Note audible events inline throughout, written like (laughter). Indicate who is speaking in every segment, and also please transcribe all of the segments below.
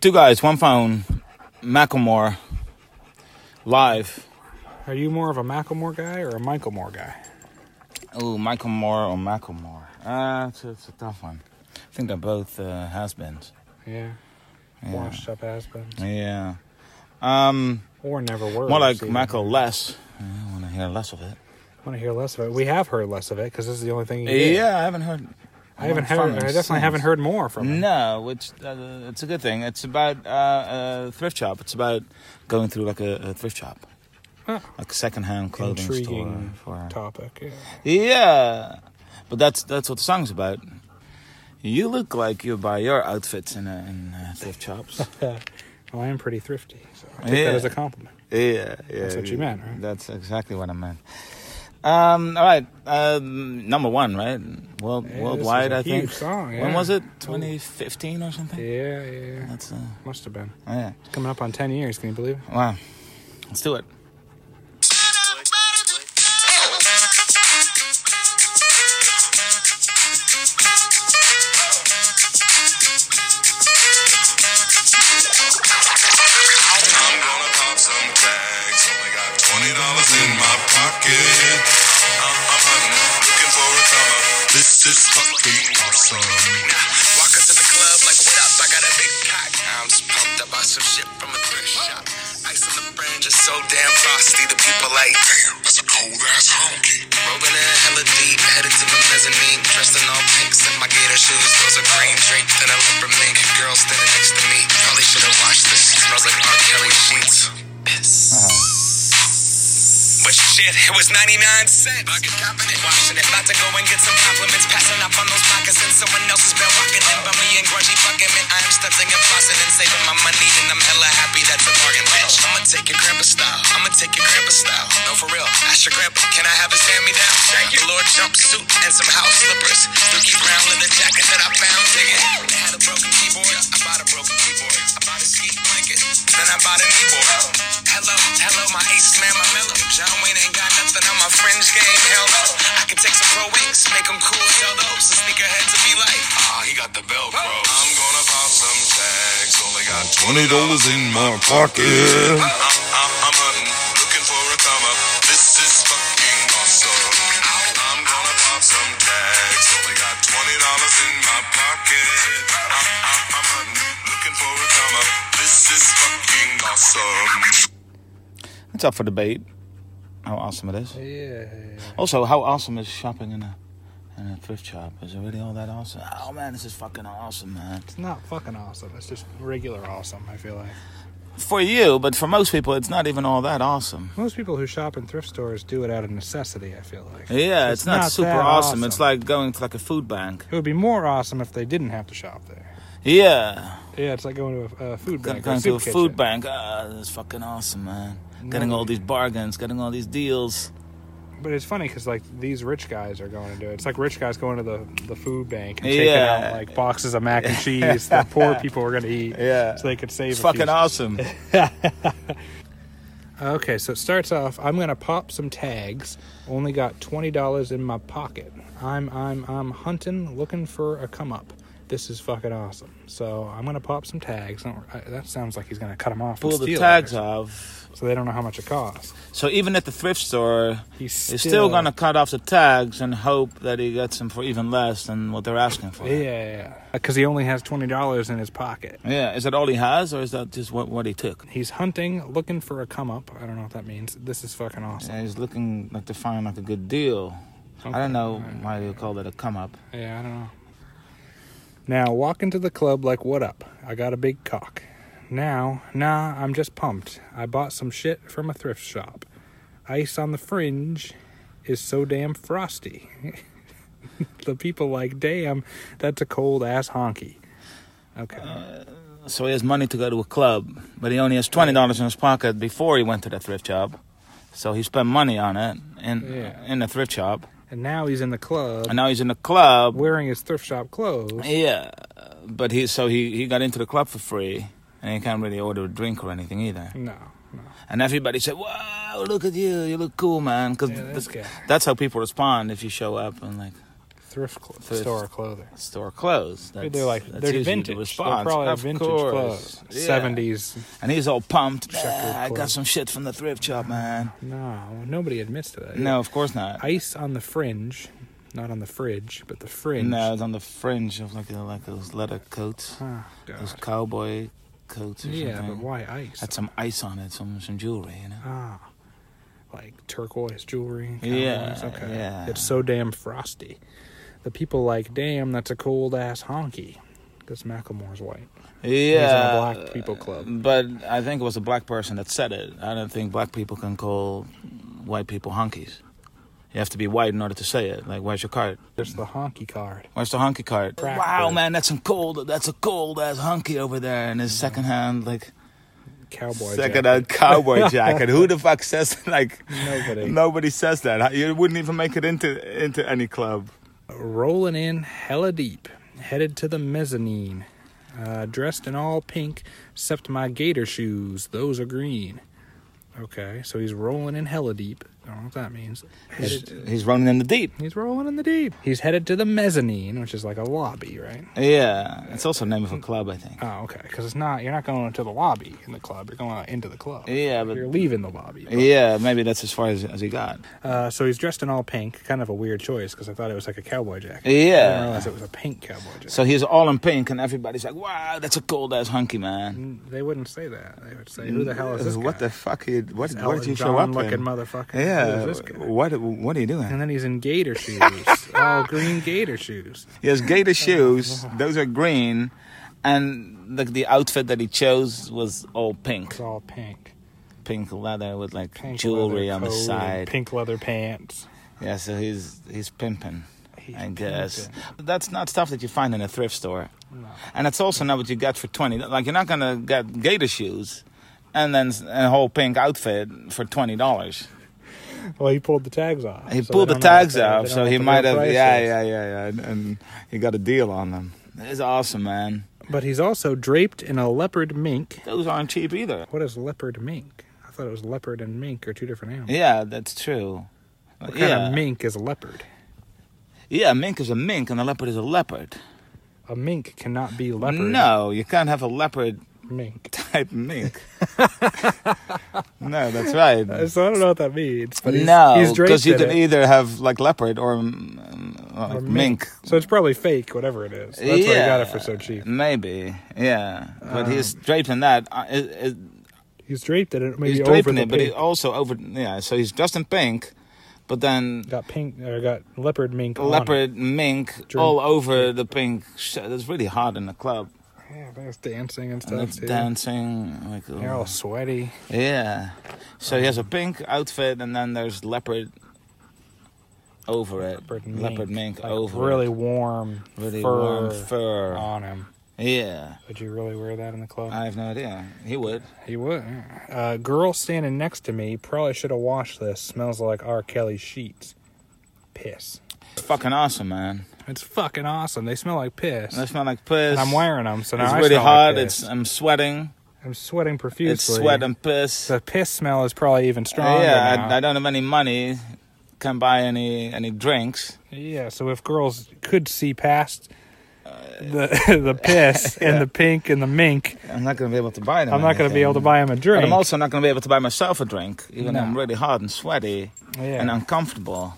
Speaker 1: Two guys, one phone. Macklemore. Live.
Speaker 2: Are you more of a Macklemore guy or a Michael Moore guy?
Speaker 1: Ooh, Michael Moore or Macklemore. Ah, it's, it's a tough one. I think they're both uh, has-beens.
Speaker 2: Yeah.
Speaker 1: Yeah.
Speaker 2: Washed up Aspen.
Speaker 1: Yeah. Um,
Speaker 2: Or never were.
Speaker 1: more like Michael less. I want to hear less of it.
Speaker 2: want to hear less of it. We have heard less of it because this is the only thing you did.
Speaker 1: Yeah, I haven't heard.
Speaker 2: I haven't
Speaker 1: from
Speaker 2: heard.
Speaker 1: him
Speaker 2: I definitely
Speaker 1: since.
Speaker 2: haven't heard more from him.
Speaker 1: No, which uh, it's a good thing. It's about uh, uh, thrift shop. It's about going through like a, a thrift shop,
Speaker 2: Huh.
Speaker 1: like a secondhand clothing
Speaker 2: Intriguing
Speaker 1: store. For
Speaker 2: topic. Yeah.
Speaker 1: yeah, but that's that's what the song's about. You look like you buy your outfits in, uh, in uh, thrift shops.
Speaker 2: (laughs) Well, I am pretty thrifty, so I take
Speaker 1: Yeah.
Speaker 2: that as a compliment.
Speaker 1: yeah, yeah,
Speaker 2: That's what you meant, right?
Speaker 1: That's exactly what I meant. Um, all right, um, number one, right? World,
Speaker 2: Yeah,
Speaker 1: worldwide, I
Speaker 2: this is a huge
Speaker 1: think.
Speaker 2: Song, yeah.
Speaker 1: When was it? 2015 or something?
Speaker 2: Yeah, yeah.
Speaker 1: That's uh,
Speaker 2: Must have been.
Speaker 1: yeah.
Speaker 2: It's coming up on 10 years, can you believe it?
Speaker 1: Wow. Let's do it.
Speaker 3: I'm gonna pop some tags. Only got twenty dollars in my pocket. I'm, I'm hunting, looking for a comma. This is fucking awesome. Now, walk into the club like, what up? I got a big pack. I'm just pumped. I bought some shit from a thrift shop. Ice on the fringe is so damn frosty. The people like, damn, that's a cold ass honky. Rolling in hella deep, headed to the mezzanine. Dressed in all pinks and my gator shoes. Those are green draped in a leopard mink. Girl standing next to me. Probably should have washed this. Smells like R. Kelly sheets. But shit, it was 99 cents. Bucket copping it, washing it. About to go and get some compliments. Passing up on those pockets and someone else has been walking in. But me and grungy fucking man, I am stunting and flossing and saving my money. And I'm hella happy that's a bargain, bitch. I'ma take your grandpa style. I'ma take your grandpa style. No, for real. Ask your grandpa, can I have his hand me down? Thank you. Lord jumpsuit and some house slippers. Dookie brown leather jacket that I found digging. I had a broken keyboard. I bought a broken keyboard. I bought a ski blanket. Then I bought a kneeboard. Hello, hello, my ace man, my mellow. John Wayne ain't got nothing on my fringe game. Hell no. I can take some pro wings, make them cool, sell those. The sneaker head to be like, ah, he got the Velcro. I'm gonna pop some tags. Only got
Speaker 4: Twenty dollars in my pocket.
Speaker 3: I'm, I'm, I'm hunting, looking for a come up. This is fucking awesome. I'm gonna pop some tags. Only got twenty dollars in my pocket. I'm, I'm, I'm hunting, looking for a come up. This is fucking awesome.
Speaker 1: It's up for debate. How awesome it is.
Speaker 2: Yeah.
Speaker 1: Also, how awesome is shopping in a in a thrift shop? Is it really all that awesome? Oh man, this is fucking awesome, man.
Speaker 2: It's not fucking awesome. It's just regular awesome, I feel like.
Speaker 1: For you, but for most people, it's not even all that awesome.
Speaker 2: Most people who shop in thrift stores do it out of necessity, I feel like.
Speaker 1: Yeah, it's,
Speaker 2: It's
Speaker 1: not,
Speaker 2: not
Speaker 1: super
Speaker 2: that
Speaker 1: awesome.
Speaker 2: awesome.
Speaker 1: It's like going to like a food bank.
Speaker 2: It would be more awesome if they didn't have to shop there.
Speaker 1: Yeah,
Speaker 2: Yeah, it's like going to a, a food
Speaker 1: go-
Speaker 2: bank. or
Speaker 1: going to a
Speaker 2: soup
Speaker 1: food
Speaker 2: kitchen. Mm.
Speaker 1: bank. Ah, this is fucking awesome, man. Getting all these bargains, getting all these deals.
Speaker 2: But it's funny because like these rich guys are going to do it. It's like rich guys going to the, the food bank and taking
Speaker 1: Yeah.
Speaker 2: out like boxes
Speaker 1: (laughs)
Speaker 2: of mac and cheese that poor people are going to eat.
Speaker 1: Yeah.
Speaker 2: so they could save.
Speaker 1: It's
Speaker 2: a
Speaker 1: fucking
Speaker 2: few- (laughs)
Speaker 1: awesome.
Speaker 2: Okay, so it starts off. I'm going to pop some tags. Only got twenty dollars in my pocket. I'm I'm I'm hunting, looking for a come up. This is fucking awesome. So I'm going to pop some tags. Don't, I, that sounds like he's going to cut them off.
Speaker 1: Pull
Speaker 2: and
Speaker 1: the
Speaker 2: steal
Speaker 1: tags
Speaker 2: it.
Speaker 1: off.
Speaker 2: so they don't know how much it costs.
Speaker 1: So even at the thrift store,
Speaker 2: He's
Speaker 1: He's still gonna cut off the tags and hope that he gets them for even less than what they're asking for.
Speaker 2: Yeah, because uh, he only has twenty dollars in his pocket.
Speaker 1: Yeah, is that all he has, or is that just what, what he took?
Speaker 2: He's hunting, looking for a come up. I don't know what that means. This is fucking awesome.
Speaker 1: Yeah, he's looking like to find like a good deal. I don't know why you call that a come up.
Speaker 2: Yeah, I don't know. Now walk into the club like, what up? I got a big cock. Now, nah, I'm just pumped. I bought some shit from a thrift shop. Ice on the fringe is so damn frosty. (laughs) the people like, damn, that's a cold ass honky. Okay.
Speaker 1: So he has money to go to a club, but he only has twenty dollars in his pocket before he went to the thrift shop. So he spent money on it in
Speaker 2: Yeah.
Speaker 1: in the thrift shop,
Speaker 2: and now he's in the club
Speaker 1: and now he's in the club.
Speaker 2: wearing his thrift shop clothes.
Speaker 1: Yeah, but he so he he got into the club for free, and he can't really order a drink or anything either.
Speaker 2: No, no.
Speaker 1: And everybody said, "Wow, look at you! You look cool, man!" Because
Speaker 2: Yeah, this guy.
Speaker 1: that's how people respond if you show up and like
Speaker 2: thrift, cl-
Speaker 1: Thrift.
Speaker 2: store clothing.
Speaker 1: Store clothes. That's,
Speaker 2: they're like
Speaker 1: that's
Speaker 2: they're
Speaker 1: usually the
Speaker 2: vintage. They're
Speaker 1: response.
Speaker 2: probably
Speaker 1: Of
Speaker 2: vintage
Speaker 1: course.
Speaker 2: clothes.
Speaker 1: Yeah.
Speaker 2: Seventies.
Speaker 1: And he's all pumped.
Speaker 2: Check
Speaker 1: "Ah,
Speaker 2: your
Speaker 1: I got
Speaker 2: clothes."
Speaker 1: some shit from the thrift shop, man.
Speaker 2: No, nobody admits to that.
Speaker 1: No, of course not.
Speaker 2: Ice on the fringe, not on the fridge, but the fringe.
Speaker 1: No, it's on the fringe of like, the- like those leather coats,
Speaker 2: Ah,
Speaker 1: those
Speaker 2: God.
Speaker 1: cowboy coats or
Speaker 2: yeah, but
Speaker 1: something.
Speaker 2: why ice?
Speaker 1: Had some ice on it, some some jewelry, you know.
Speaker 2: ah, like turquoise jewelry. and
Speaker 1: Yeah,
Speaker 2: cowboys, Okay.
Speaker 1: yeah.
Speaker 2: It's so damn frosty. The people like, damn, that's a cold ass honky. Because Macklemore's white.
Speaker 1: Yeah,
Speaker 2: black people club.
Speaker 1: But I think it was a black person that said it. I don't think black people can call white people honkies. You have to be white in order to say it. Like, where's your card?
Speaker 2: There's the honky card.
Speaker 1: Where's the honky card?
Speaker 2: Crack
Speaker 1: wow,
Speaker 2: bird.
Speaker 1: man, that's a cold. That's a cold ass honky over there in his secondhand like
Speaker 2: Cowboy. jacket.
Speaker 1: secondhand
Speaker 2: (laughs)
Speaker 1: cowboy jacket. Who the fuck says (laughs) like?
Speaker 2: Nobody.
Speaker 1: Nobody says that. You wouldn't even make it into into any club.
Speaker 2: rolling in hella deep, headed to the mezzanine. Uh, dressed in all pink, except my gator shoes. Those are green. Okay, so he's rolling in hella deep. I don't know what that means.
Speaker 1: He's,
Speaker 2: Headed,
Speaker 1: he's running in the deep.
Speaker 2: he's rolling in the deep. He's headed to the mezzanine, which is like a lobby, right?
Speaker 1: Yeah, it's also the name of a club, I think.
Speaker 2: Oh, okay. Because it's not. You're not going to the lobby in the club. You're going into the club.
Speaker 1: Yeah, but
Speaker 2: You're leaving the lobby.
Speaker 1: yeah, maybe that's as far as, as he got.
Speaker 2: Uh, so he's dressed in all pink. Kind of a weird choice because I thought it was like a cowboy jacket. I
Speaker 1: Yeah.
Speaker 2: didn't realize it was a pink cowboy jacket.
Speaker 1: So he's all in pink, and everybody's like, "Wow, that's a cold ass hunky man."
Speaker 2: They wouldn't say that. They would say, "Who the hell is this
Speaker 1: Uh, What
Speaker 2: guy?
Speaker 1: the fuck? He, what,
Speaker 2: This
Speaker 1: what did
Speaker 2: Elton
Speaker 1: you show
Speaker 2: John
Speaker 1: up
Speaker 2: looking
Speaker 1: in?
Speaker 2: motherfucker?
Speaker 1: Yeah.
Speaker 2: Who is this guy?
Speaker 1: What What are you doing?
Speaker 2: And then he's in gator shoes,
Speaker 1: (laughs)
Speaker 2: all green gator shoes.
Speaker 1: He has gator shoes. Those are green, and the the outfit that he chose was all pink,
Speaker 2: It's all pink,
Speaker 1: pink leather with like
Speaker 2: pink
Speaker 1: jewelry
Speaker 2: leather
Speaker 1: on the
Speaker 2: coat and
Speaker 1: side.
Speaker 2: pink leather pants.
Speaker 1: Yeah. So he's he's pimping.
Speaker 2: He's
Speaker 1: I guess
Speaker 2: pimping.
Speaker 1: that's not stuff that you find in a thrift store.
Speaker 2: No.
Speaker 1: and that's also not what you get for 20 like you're not gonna get gator shoes and then s- a whole pink outfit for twenty dollars.
Speaker 2: Well, he pulled the tags off.
Speaker 1: He
Speaker 2: so
Speaker 1: pulled
Speaker 2: they
Speaker 1: the
Speaker 2: don't know what
Speaker 1: tags
Speaker 2: they-
Speaker 1: off,
Speaker 2: they don't
Speaker 1: so
Speaker 2: know
Speaker 1: he
Speaker 2: what the
Speaker 1: might
Speaker 2: real
Speaker 1: have.
Speaker 2: price
Speaker 1: Yeah,
Speaker 2: is.
Speaker 1: yeah, yeah, yeah. and- And he got a deal on them. It's awesome, man.
Speaker 2: But he's also draped in a leopard mink.
Speaker 1: Those aren't cheap either.
Speaker 2: What is leopard mink? I thought it was leopard and mink are two different animals.
Speaker 1: Yeah, that's true.
Speaker 2: What kind
Speaker 1: yeah,
Speaker 2: of mink is a leopard?
Speaker 1: yeah. a Mink is a mink, and a leopard is a leopard.
Speaker 2: A mink cannot be leopard.
Speaker 1: No, you can't have a leopard (laughs)
Speaker 2: mink.
Speaker 1: type
Speaker 2: (laughs)
Speaker 1: mink. no, that's right.
Speaker 2: Uh, So I don't know what that means. But he's,
Speaker 1: no,
Speaker 2: he's draped
Speaker 1: because you
Speaker 2: in
Speaker 1: can
Speaker 2: it.
Speaker 1: either have like leopard or, um, um, like
Speaker 2: Or
Speaker 1: mink.
Speaker 2: So it's probably fake, whatever it is. That's why he got it for so cheap. Um,
Speaker 1: Maybe, yeah. But he's draped in that. Uh, it, it,
Speaker 2: He's draped in it, maybe
Speaker 1: he's draped
Speaker 2: over
Speaker 1: in
Speaker 2: the
Speaker 1: it, but he
Speaker 2: pink.
Speaker 1: also over. Yeah, so he's dressed in pink, but then
Speaker 2: got pink or got leopard mink. on it.
Speaker 1: leopard mink
Speaker 2: Drew-
Speaker 1: all over the pink. Shit, that's really hard in the club.
Speaker 2: Yeah, there's dancing and
Speaker 1: And
Speaker 2: stuff
Speaker 1: it's
Speaker 2: too.
Speaker 1: dancing. Like, oh,
Speaker 2: You're all sweaty.
Speaker 1: yeah. So he has a pink outfit, and then there's leopard over it.
Speaker 2: Leopard mink,
Speaker 1: Leopard mink
Speaker 2: like,
Speaker 1: over
Speaker 2: really
Speaker 1: it.
Speaker 2: warm
Speaker 1: Really
Speaker 2: fur,
Speaker 1: warm fur.
Speaker 2: on him.
Speaker 1: Yeah.
Speaker 2: Would you really wear that in the club?
Speaker 1: I have no idea. He would.
Speaker 2: he would. yeah. Uh, girl standing next to me probably should have washed this. Smells like R. Kelly sheets. Piss.
Speaker 1: It's fucking awesome, man.
Speaker 2: It's fucking awesome. They smell like piss.
Speaker 1: They smell like piss.
Speaker 2: and I'm wearing them, so now
Speaker 1: it's
Speaker 2: I
Speaker 1: really
Speaker 2: smell
Speaker 1: hard.
Speaker 2: Like
Speaker 1: it's
Speaker 2: piss.
Speaker 1: I'm sweating.
Speaker 2: I'm sweating profusely.
Speaker 1: It's sweat and piss.
Speaker 2: The piss smell is probably even
Speaker 1: Uh,
Speaker 2: stronger.
Speaker 1: yeah,
Speaker 2: now.
Speaker 1: I, I don't have any money. Can't buy any any drinks.
Speaker 2: yeah. So if girls could see past
Speaker 1: Uh,
Speaker 2: the (laughs) the
Speaker 1: (laughs)
Speaker 2: piss and the pink and the mink,
Speaker 1: I'm not gonna be able to buy them.
Speaker 2: I'm not going to be able to buy him a
Speaker 1: But
Speaker 2: drink.
Speaker 1: I'm also not gonna be able to buy myself a drink, even though
Speaker 2: No.
Speaker 1: I'm really hot and sweaty
Speaker 2: yeah,
Speaker 1: and
Speaker 2: and,
Speaker 1: uncomfortable.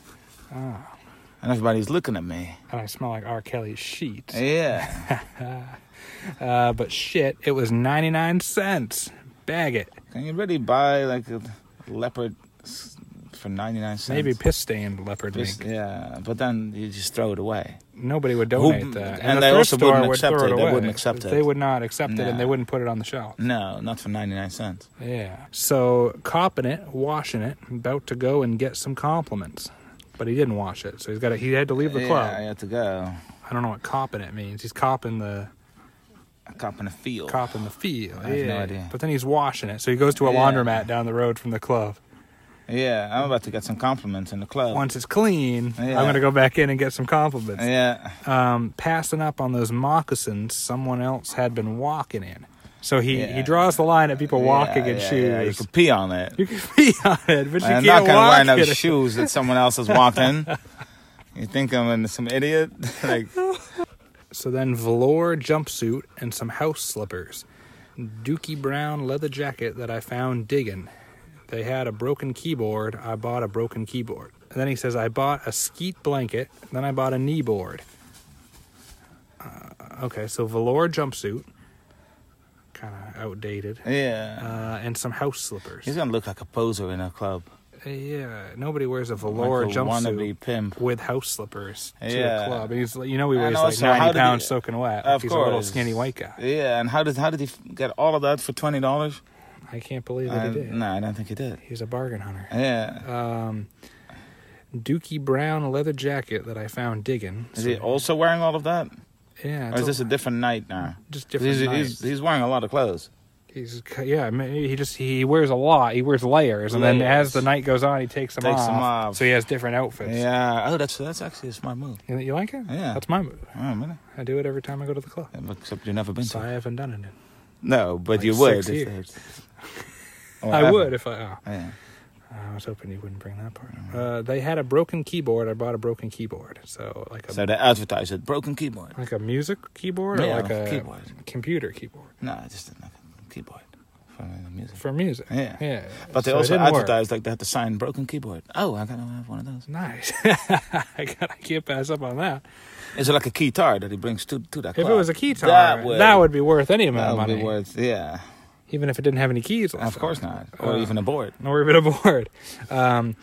Speaker 1: Ah. And everybody's looking at (laughs) me.
Speaker 2: I smell like R. Kelly's sheets.
Speaker 1: Yeah,
Speaker 2: Uh, but shit, it was 99 cents. Bag it.
Speaker 1: can you really buy like a leopard s- for 99 cents?
Speaker 2: Maybe piss stained leopard
Speaker 1: Just-
Speaker 2: mink.
Speaker 1: yeah, but then you just throw it away.
Speaker 2: Nobody would donate
Speaker 1: Who-
Speaker 2: that,
Speaker 1: and they
Speaker 2: the thrift
Speaker 1: also
Speaker 2: store
Speaker 1: wouldn't
Speaker 2: would
Speaker 1: accept
Speaker 2: throw
Speaker 1: it. They
Speaker 2: away.
Speaker 1: wouldn't accept
Speaker 2: They
Speaker 1: it.
Speaker 2: would not accept it, and they
Speaker 1: Nah.
Speaker 2: wouldn't put it on the shelf.
Speaker 1: No, not for 99 cents.
Speaker 2: Yeah. So copping it, washing it, about to go and get some compliments. But he didn't wash it, so he's got to, he had to leave the
Speaker 1: yeah,
Speaker 2: club.
Speaker 1: I had to go.
Speaker 2: I don't know what copping it means. He's copping the
Speaker 1: A cop in a field.
Speaker 2: copping the field.
Speaker 1: I have no
Speaker 2: yeah.
Speaker 1: idea.
Speaker 2: But then he's washing it, so he goes to a
Speaker 1: Yeah.
Speaker 2: laundromat down the road from the club.
Speaker 1: Yeah, I'm about to get some compliments in the club.
Speaker 2: Once it's clean,
Speaker 1: Yeah.
Speaker 2: I'm gonna go back in and get some compliments.
Speaker 1: Yeah,
Speaker 2: Um, passing up on those moccasins someone else had been walking in. So he,
Speaker 1: Yeah.
Speaker 2: he draws the line at people walking
Speaker 1: yeah,
Speaker 2: in
Speaker 1: yeah, yeah, you
Speaker 2: shoes.
Speaker 1: can pee on it.
Speaker 2: You can (laughs) be on it, but you
Speaker 1: I'm
Speaker 2: can't
Speaker 1: not gonna
Speaker 2: walk
Speaker 1: wear no
Speaker 2: (laughs) in it.
Speaker 1: shoes that someone else has walked in. You think I'm an- some idiot? (laughs) like,
Speaker 2: So then, velour jumpsuit and some house slippers. Dookie brown leather jacket that I found digging. They had a broken keyboard. I bought a broken keyboard. And then he says, I bought a skeet blanket. Then I bought a knee board. Uh, okay, so velour jumpsuit. Kind of outdated.
Speaker 1: yeah.
Speaker 2: Uh, and some house slippers.
Speaker 1: He's gonna look like a poser in a club.
Speaker 2: Uh, yeah, nobody wears a velour
Speaker 1: like a
Speaker 2: jumpsuit
Speaker 1: wannabe pimp.
Speaker 2: with house slippers to
Speaker 1: Yeah.
Speaker 2: a club. And he's, like- you know, he
Speaker 1: And
Speaker 2: weighs like
Speaker 1: also, how
Speaker 2: 90
Speaker 1: did he-
Speaker 2: pounds soaking wet. Like,
Speaker 1: Of
Speaker 2: he's a little
Speaker 1: course.
Speaker 2: skinny white guy.
Speaker 1: Yeah, and how did how did he f- get all of that for twenty dollars?
Speaker 2: I can't believe that
Speaker 1: No,
Speaker 2: he did.
Speaker 1: I don't think he did.
Speaker 2: He's a bargain hunter. Um,
Speaker 1: Yeah,
Speaker 2: Dookie brown leather jacket that I found digging.
Speaker 1: is he also wearing all of that,
Speaker 2: yeah,
Speaker 1: or
Speaker 2: it's
Speaker 1: is this a different night now?
Speaker 2: just
Speaker 1: 'Cause
Speaker 2: different?
Speaker 1: he's, he's
Speaker 2: nights.
Speaker 1: he's wearing a lot of clothes.
Speaker 2: He's c- yeah. I mean, He just he wears a lot. He wears layers, and then
Speaker 1: Layers.
Speaker 2: as the night goes on, he takes them
Speaker 1: Takes
Speaker 2: off.
Speaker 1: 'em off.
Speaker 2: So he has different outfits.
Speaker 1: Yeah. Oh, that's that's actually a smart move.
Speaker 2: You, you like it?
Speaker 1: Yeah.
Speaker 2: That's my move.
Speaker 1: Oh, man.
Speaker 2: I do it every time I go to the club.
Speaker 1: Except you've never been
Speaker 2: So I
Speaker 1: to.
Speaker 2: haven't done it. in-
Speaker 1: No, but
Speaker 2: Like
Speaker 1: you would.
Speaker 2: six
Speaker 1: if
Speaker 2: years.
Speaker 1: they- (laughs) or
Speaker 2: I
Speaker 1: ever.
Speaker 2: would if I. Oh.
Speaker 1: Yeah.
Speaker 2: Uh, I was hoping you wouldn't bring that part.
Speaker 1: Mm-hmm.
Speaker 2: Uh, they had a broken keyboard. I bought a broken keyboard. So like a
Speaker 1: So they advertise it. Broken keyboard.
Speaker 2: like a music keyboard
Speaker 1: Yeah,
Speaker 2: or like a
Speaker 1: keyboard.
Speaker 2: computer keyboard
Speaker 1: No, just nothing. Keyboard for the music.
Speaker 2: for music.
Speaker 1: Yeah.
Speaker 2: yeah.
Speaker 1: But they
Speaker 2: So it
Speaker 1: also
Speaker 2: didn't work.
Speaker 1: advertised like they had to sign broken keyboard. Oh, I gotta have one of those.
Speaker 2: Nice. (laughs) I got. I can't pass up on that.
Speaker 1: Is it like a guitar that he brings to to that?
Speaker 2: If
Speaker 1: club?
Speaker 2: it was a key guitar,
Speaker 1: that would
Speaker 2: be worth any
Speaker 1: that
Speaker 2: amount of
Speaker 1: would
Speaker 2: money,
Speaker 1: be worth. Yeah,
Speaker 2: even if it didn't have any keys. Left
Speaker 1: of course not. Or
Speaker 2: Uh,
Speaker 1: even a board.
Speaker 2: Nor even a board. Um,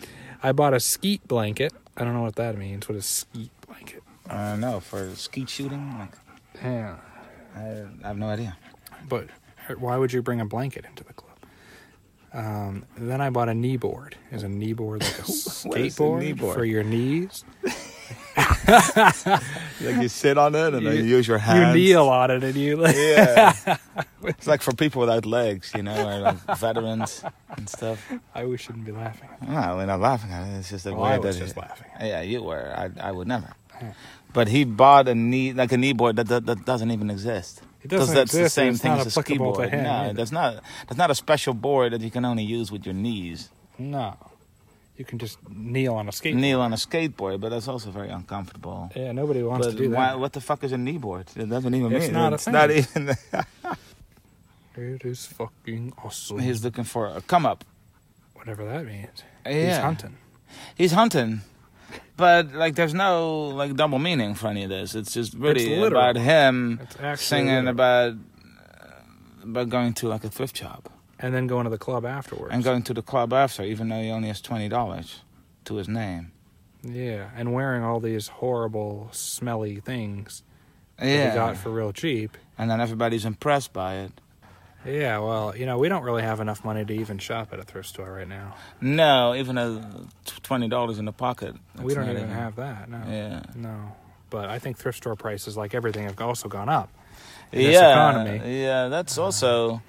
Speaker 2: I bought a skeet blanket. I don't know what that means. What is skeet blanket?
Speaker 1: I don't know for skeet shooting. Like,
Speaker 2: Yeah.
Speaker 1: I, I have no idea.
Speaker 2: But why would you bring a blanket into the club? Um, then I bought a knee board. Is a knee board like
Speaker 1: (laughs)
Speaker 2: a
Speaker 1: What is a
Speaker 2: skateboard
Speaker 1: knee board?
Speaker 2: for your knees?
Speaker 1: Like you sit on it and
Speaker 2: You-
Speaker 1: then you use your
Speaker 2: You
Speaker 1: hands.
Speaker 2: kneel on it and you like,
Speaker 1: Yeah. it's like for people without legs, you know, or (laughs) like veterans and stuff.
Speaker 2: (laughs) I we shouldn't be laughing.
Speaker 1: No, we're not laughing at it. It's just a
Speaker 2: Well,
Speaker 1: way
Speaker 2: I was
Speaker 1: that
Speaker 2: just laughing.
Speaker 1: Yeah, you were. I, I would never. But he bought a knee like a knee board that that, that doesn't even exist.
Speaker 2: It doesn't
Speaker 1: 'Cause that's
Speaker 2: exist
Speaker 1: the
Speaker 2: and
Speaker 1: same
Speaker 2: it's
Speaker 1: thing
Speaker 2: not
Speaker 1: as a ski
Speaker 2: applicable to
Speaker 1: board.
Speaker 2: him
Speaker 1: no,
Speaker 2: either.
Speaker 1: that's not that's not a special board that you can only use with your knees.
Speaker 2: No, you can just kneel on a skateboard.
Speaker 1: Kneel on a skateboard, but that's also very uncomfortable.
Speaker 2: Yeah, nobody wants
Speaker 1: But
Speaker 2: to do that.
Speaker 1: why, what the fuck is a knee board? It doesn't even
Speaker 2: It's
Speaker 1: mean
Speaker 2: not a
Speaker 1: it's not
Speaker 2: thing.
Speaker 1: even.
Speaker 2: It is fucking awesome.
Speaker 1: He's looking for a come up.
Speaker 2: Whatever that means. He's
Speaker 1: Yeah.
Speaker 2: hunting.
Speaker 1: He's hunting. But like, there's no like double meaning for any of this. It's just really
Speaker 2: literal.
Speaker 1: about him
Speaker 2: It's actually
Speaker 1: singing
Speaker 2: literal.
Speaker 1: about uh, about going to like a thrift shop
Speaker 2: And then going to the club afterwards.
Speaker 1: and going to the club after, even though he only has twenty dollars to his name.
Speaker 2: yeah, and wearing all these horrible, smelly things that
Speaker 1: Yeah,
Speaker 2: he got for real cheap.
Speaker 1: and then everybody's impressed by it.
Speaker 2: Yeah, well, you know, we don't really have enough money to even shop at a thrift store right now.
Speaker 1: No, even a twenty dollars in the pocket.
Speaker 2: we
Speaker 1: that's
Speaker 2: don't
Speaker 1: not
Speaker 2: even, have that. No.
Speaker 1: Yeah.
Speaker 2: No. But I think thrift store prices, like everything, have also gone up. in this
Speaker 1: Yeah,
Speaker 2: economy.
Speaker 1: yeah. That's also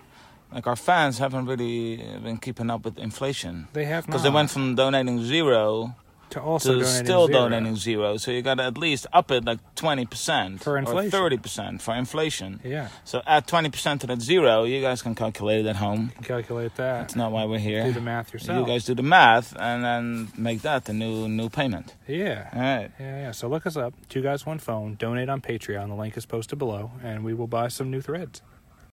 Speaker 1: like our fans haven't really been keeping up with inflation
Speaker 2: They have
Speaker 1: because
Speaker 2: not.
Speaker 1: they went from donating zero.
Speaker 2: to also
Speaker 1: to
Speaker 2: donating
Speaker 1: still
Speaker 2: zero.
Speaker 1: donating zero. So you got to at least up it like 20%
Speaker 2: For inflation.
Speaker 1: or 30% for inflation.
Speaker 2: Yeah.
Speaker 1: So add 20% to that zero, you guys can calculate it at home.
Speaker 2: Calculate that.
Speaker 1: That's not why we're here.
Speaker 2: Do the math
Speaker 1: You
Speaker 2: yourself.
Speaker 1: guys do the math and then make that the new new payment.
Speaker 2: yeah.
Speaker 1: All right.
Speaker 2: Yeah, yeah. So look us up, two guys, one phone. Donate on Patreon. The link is posted below, and we will buy some new threads.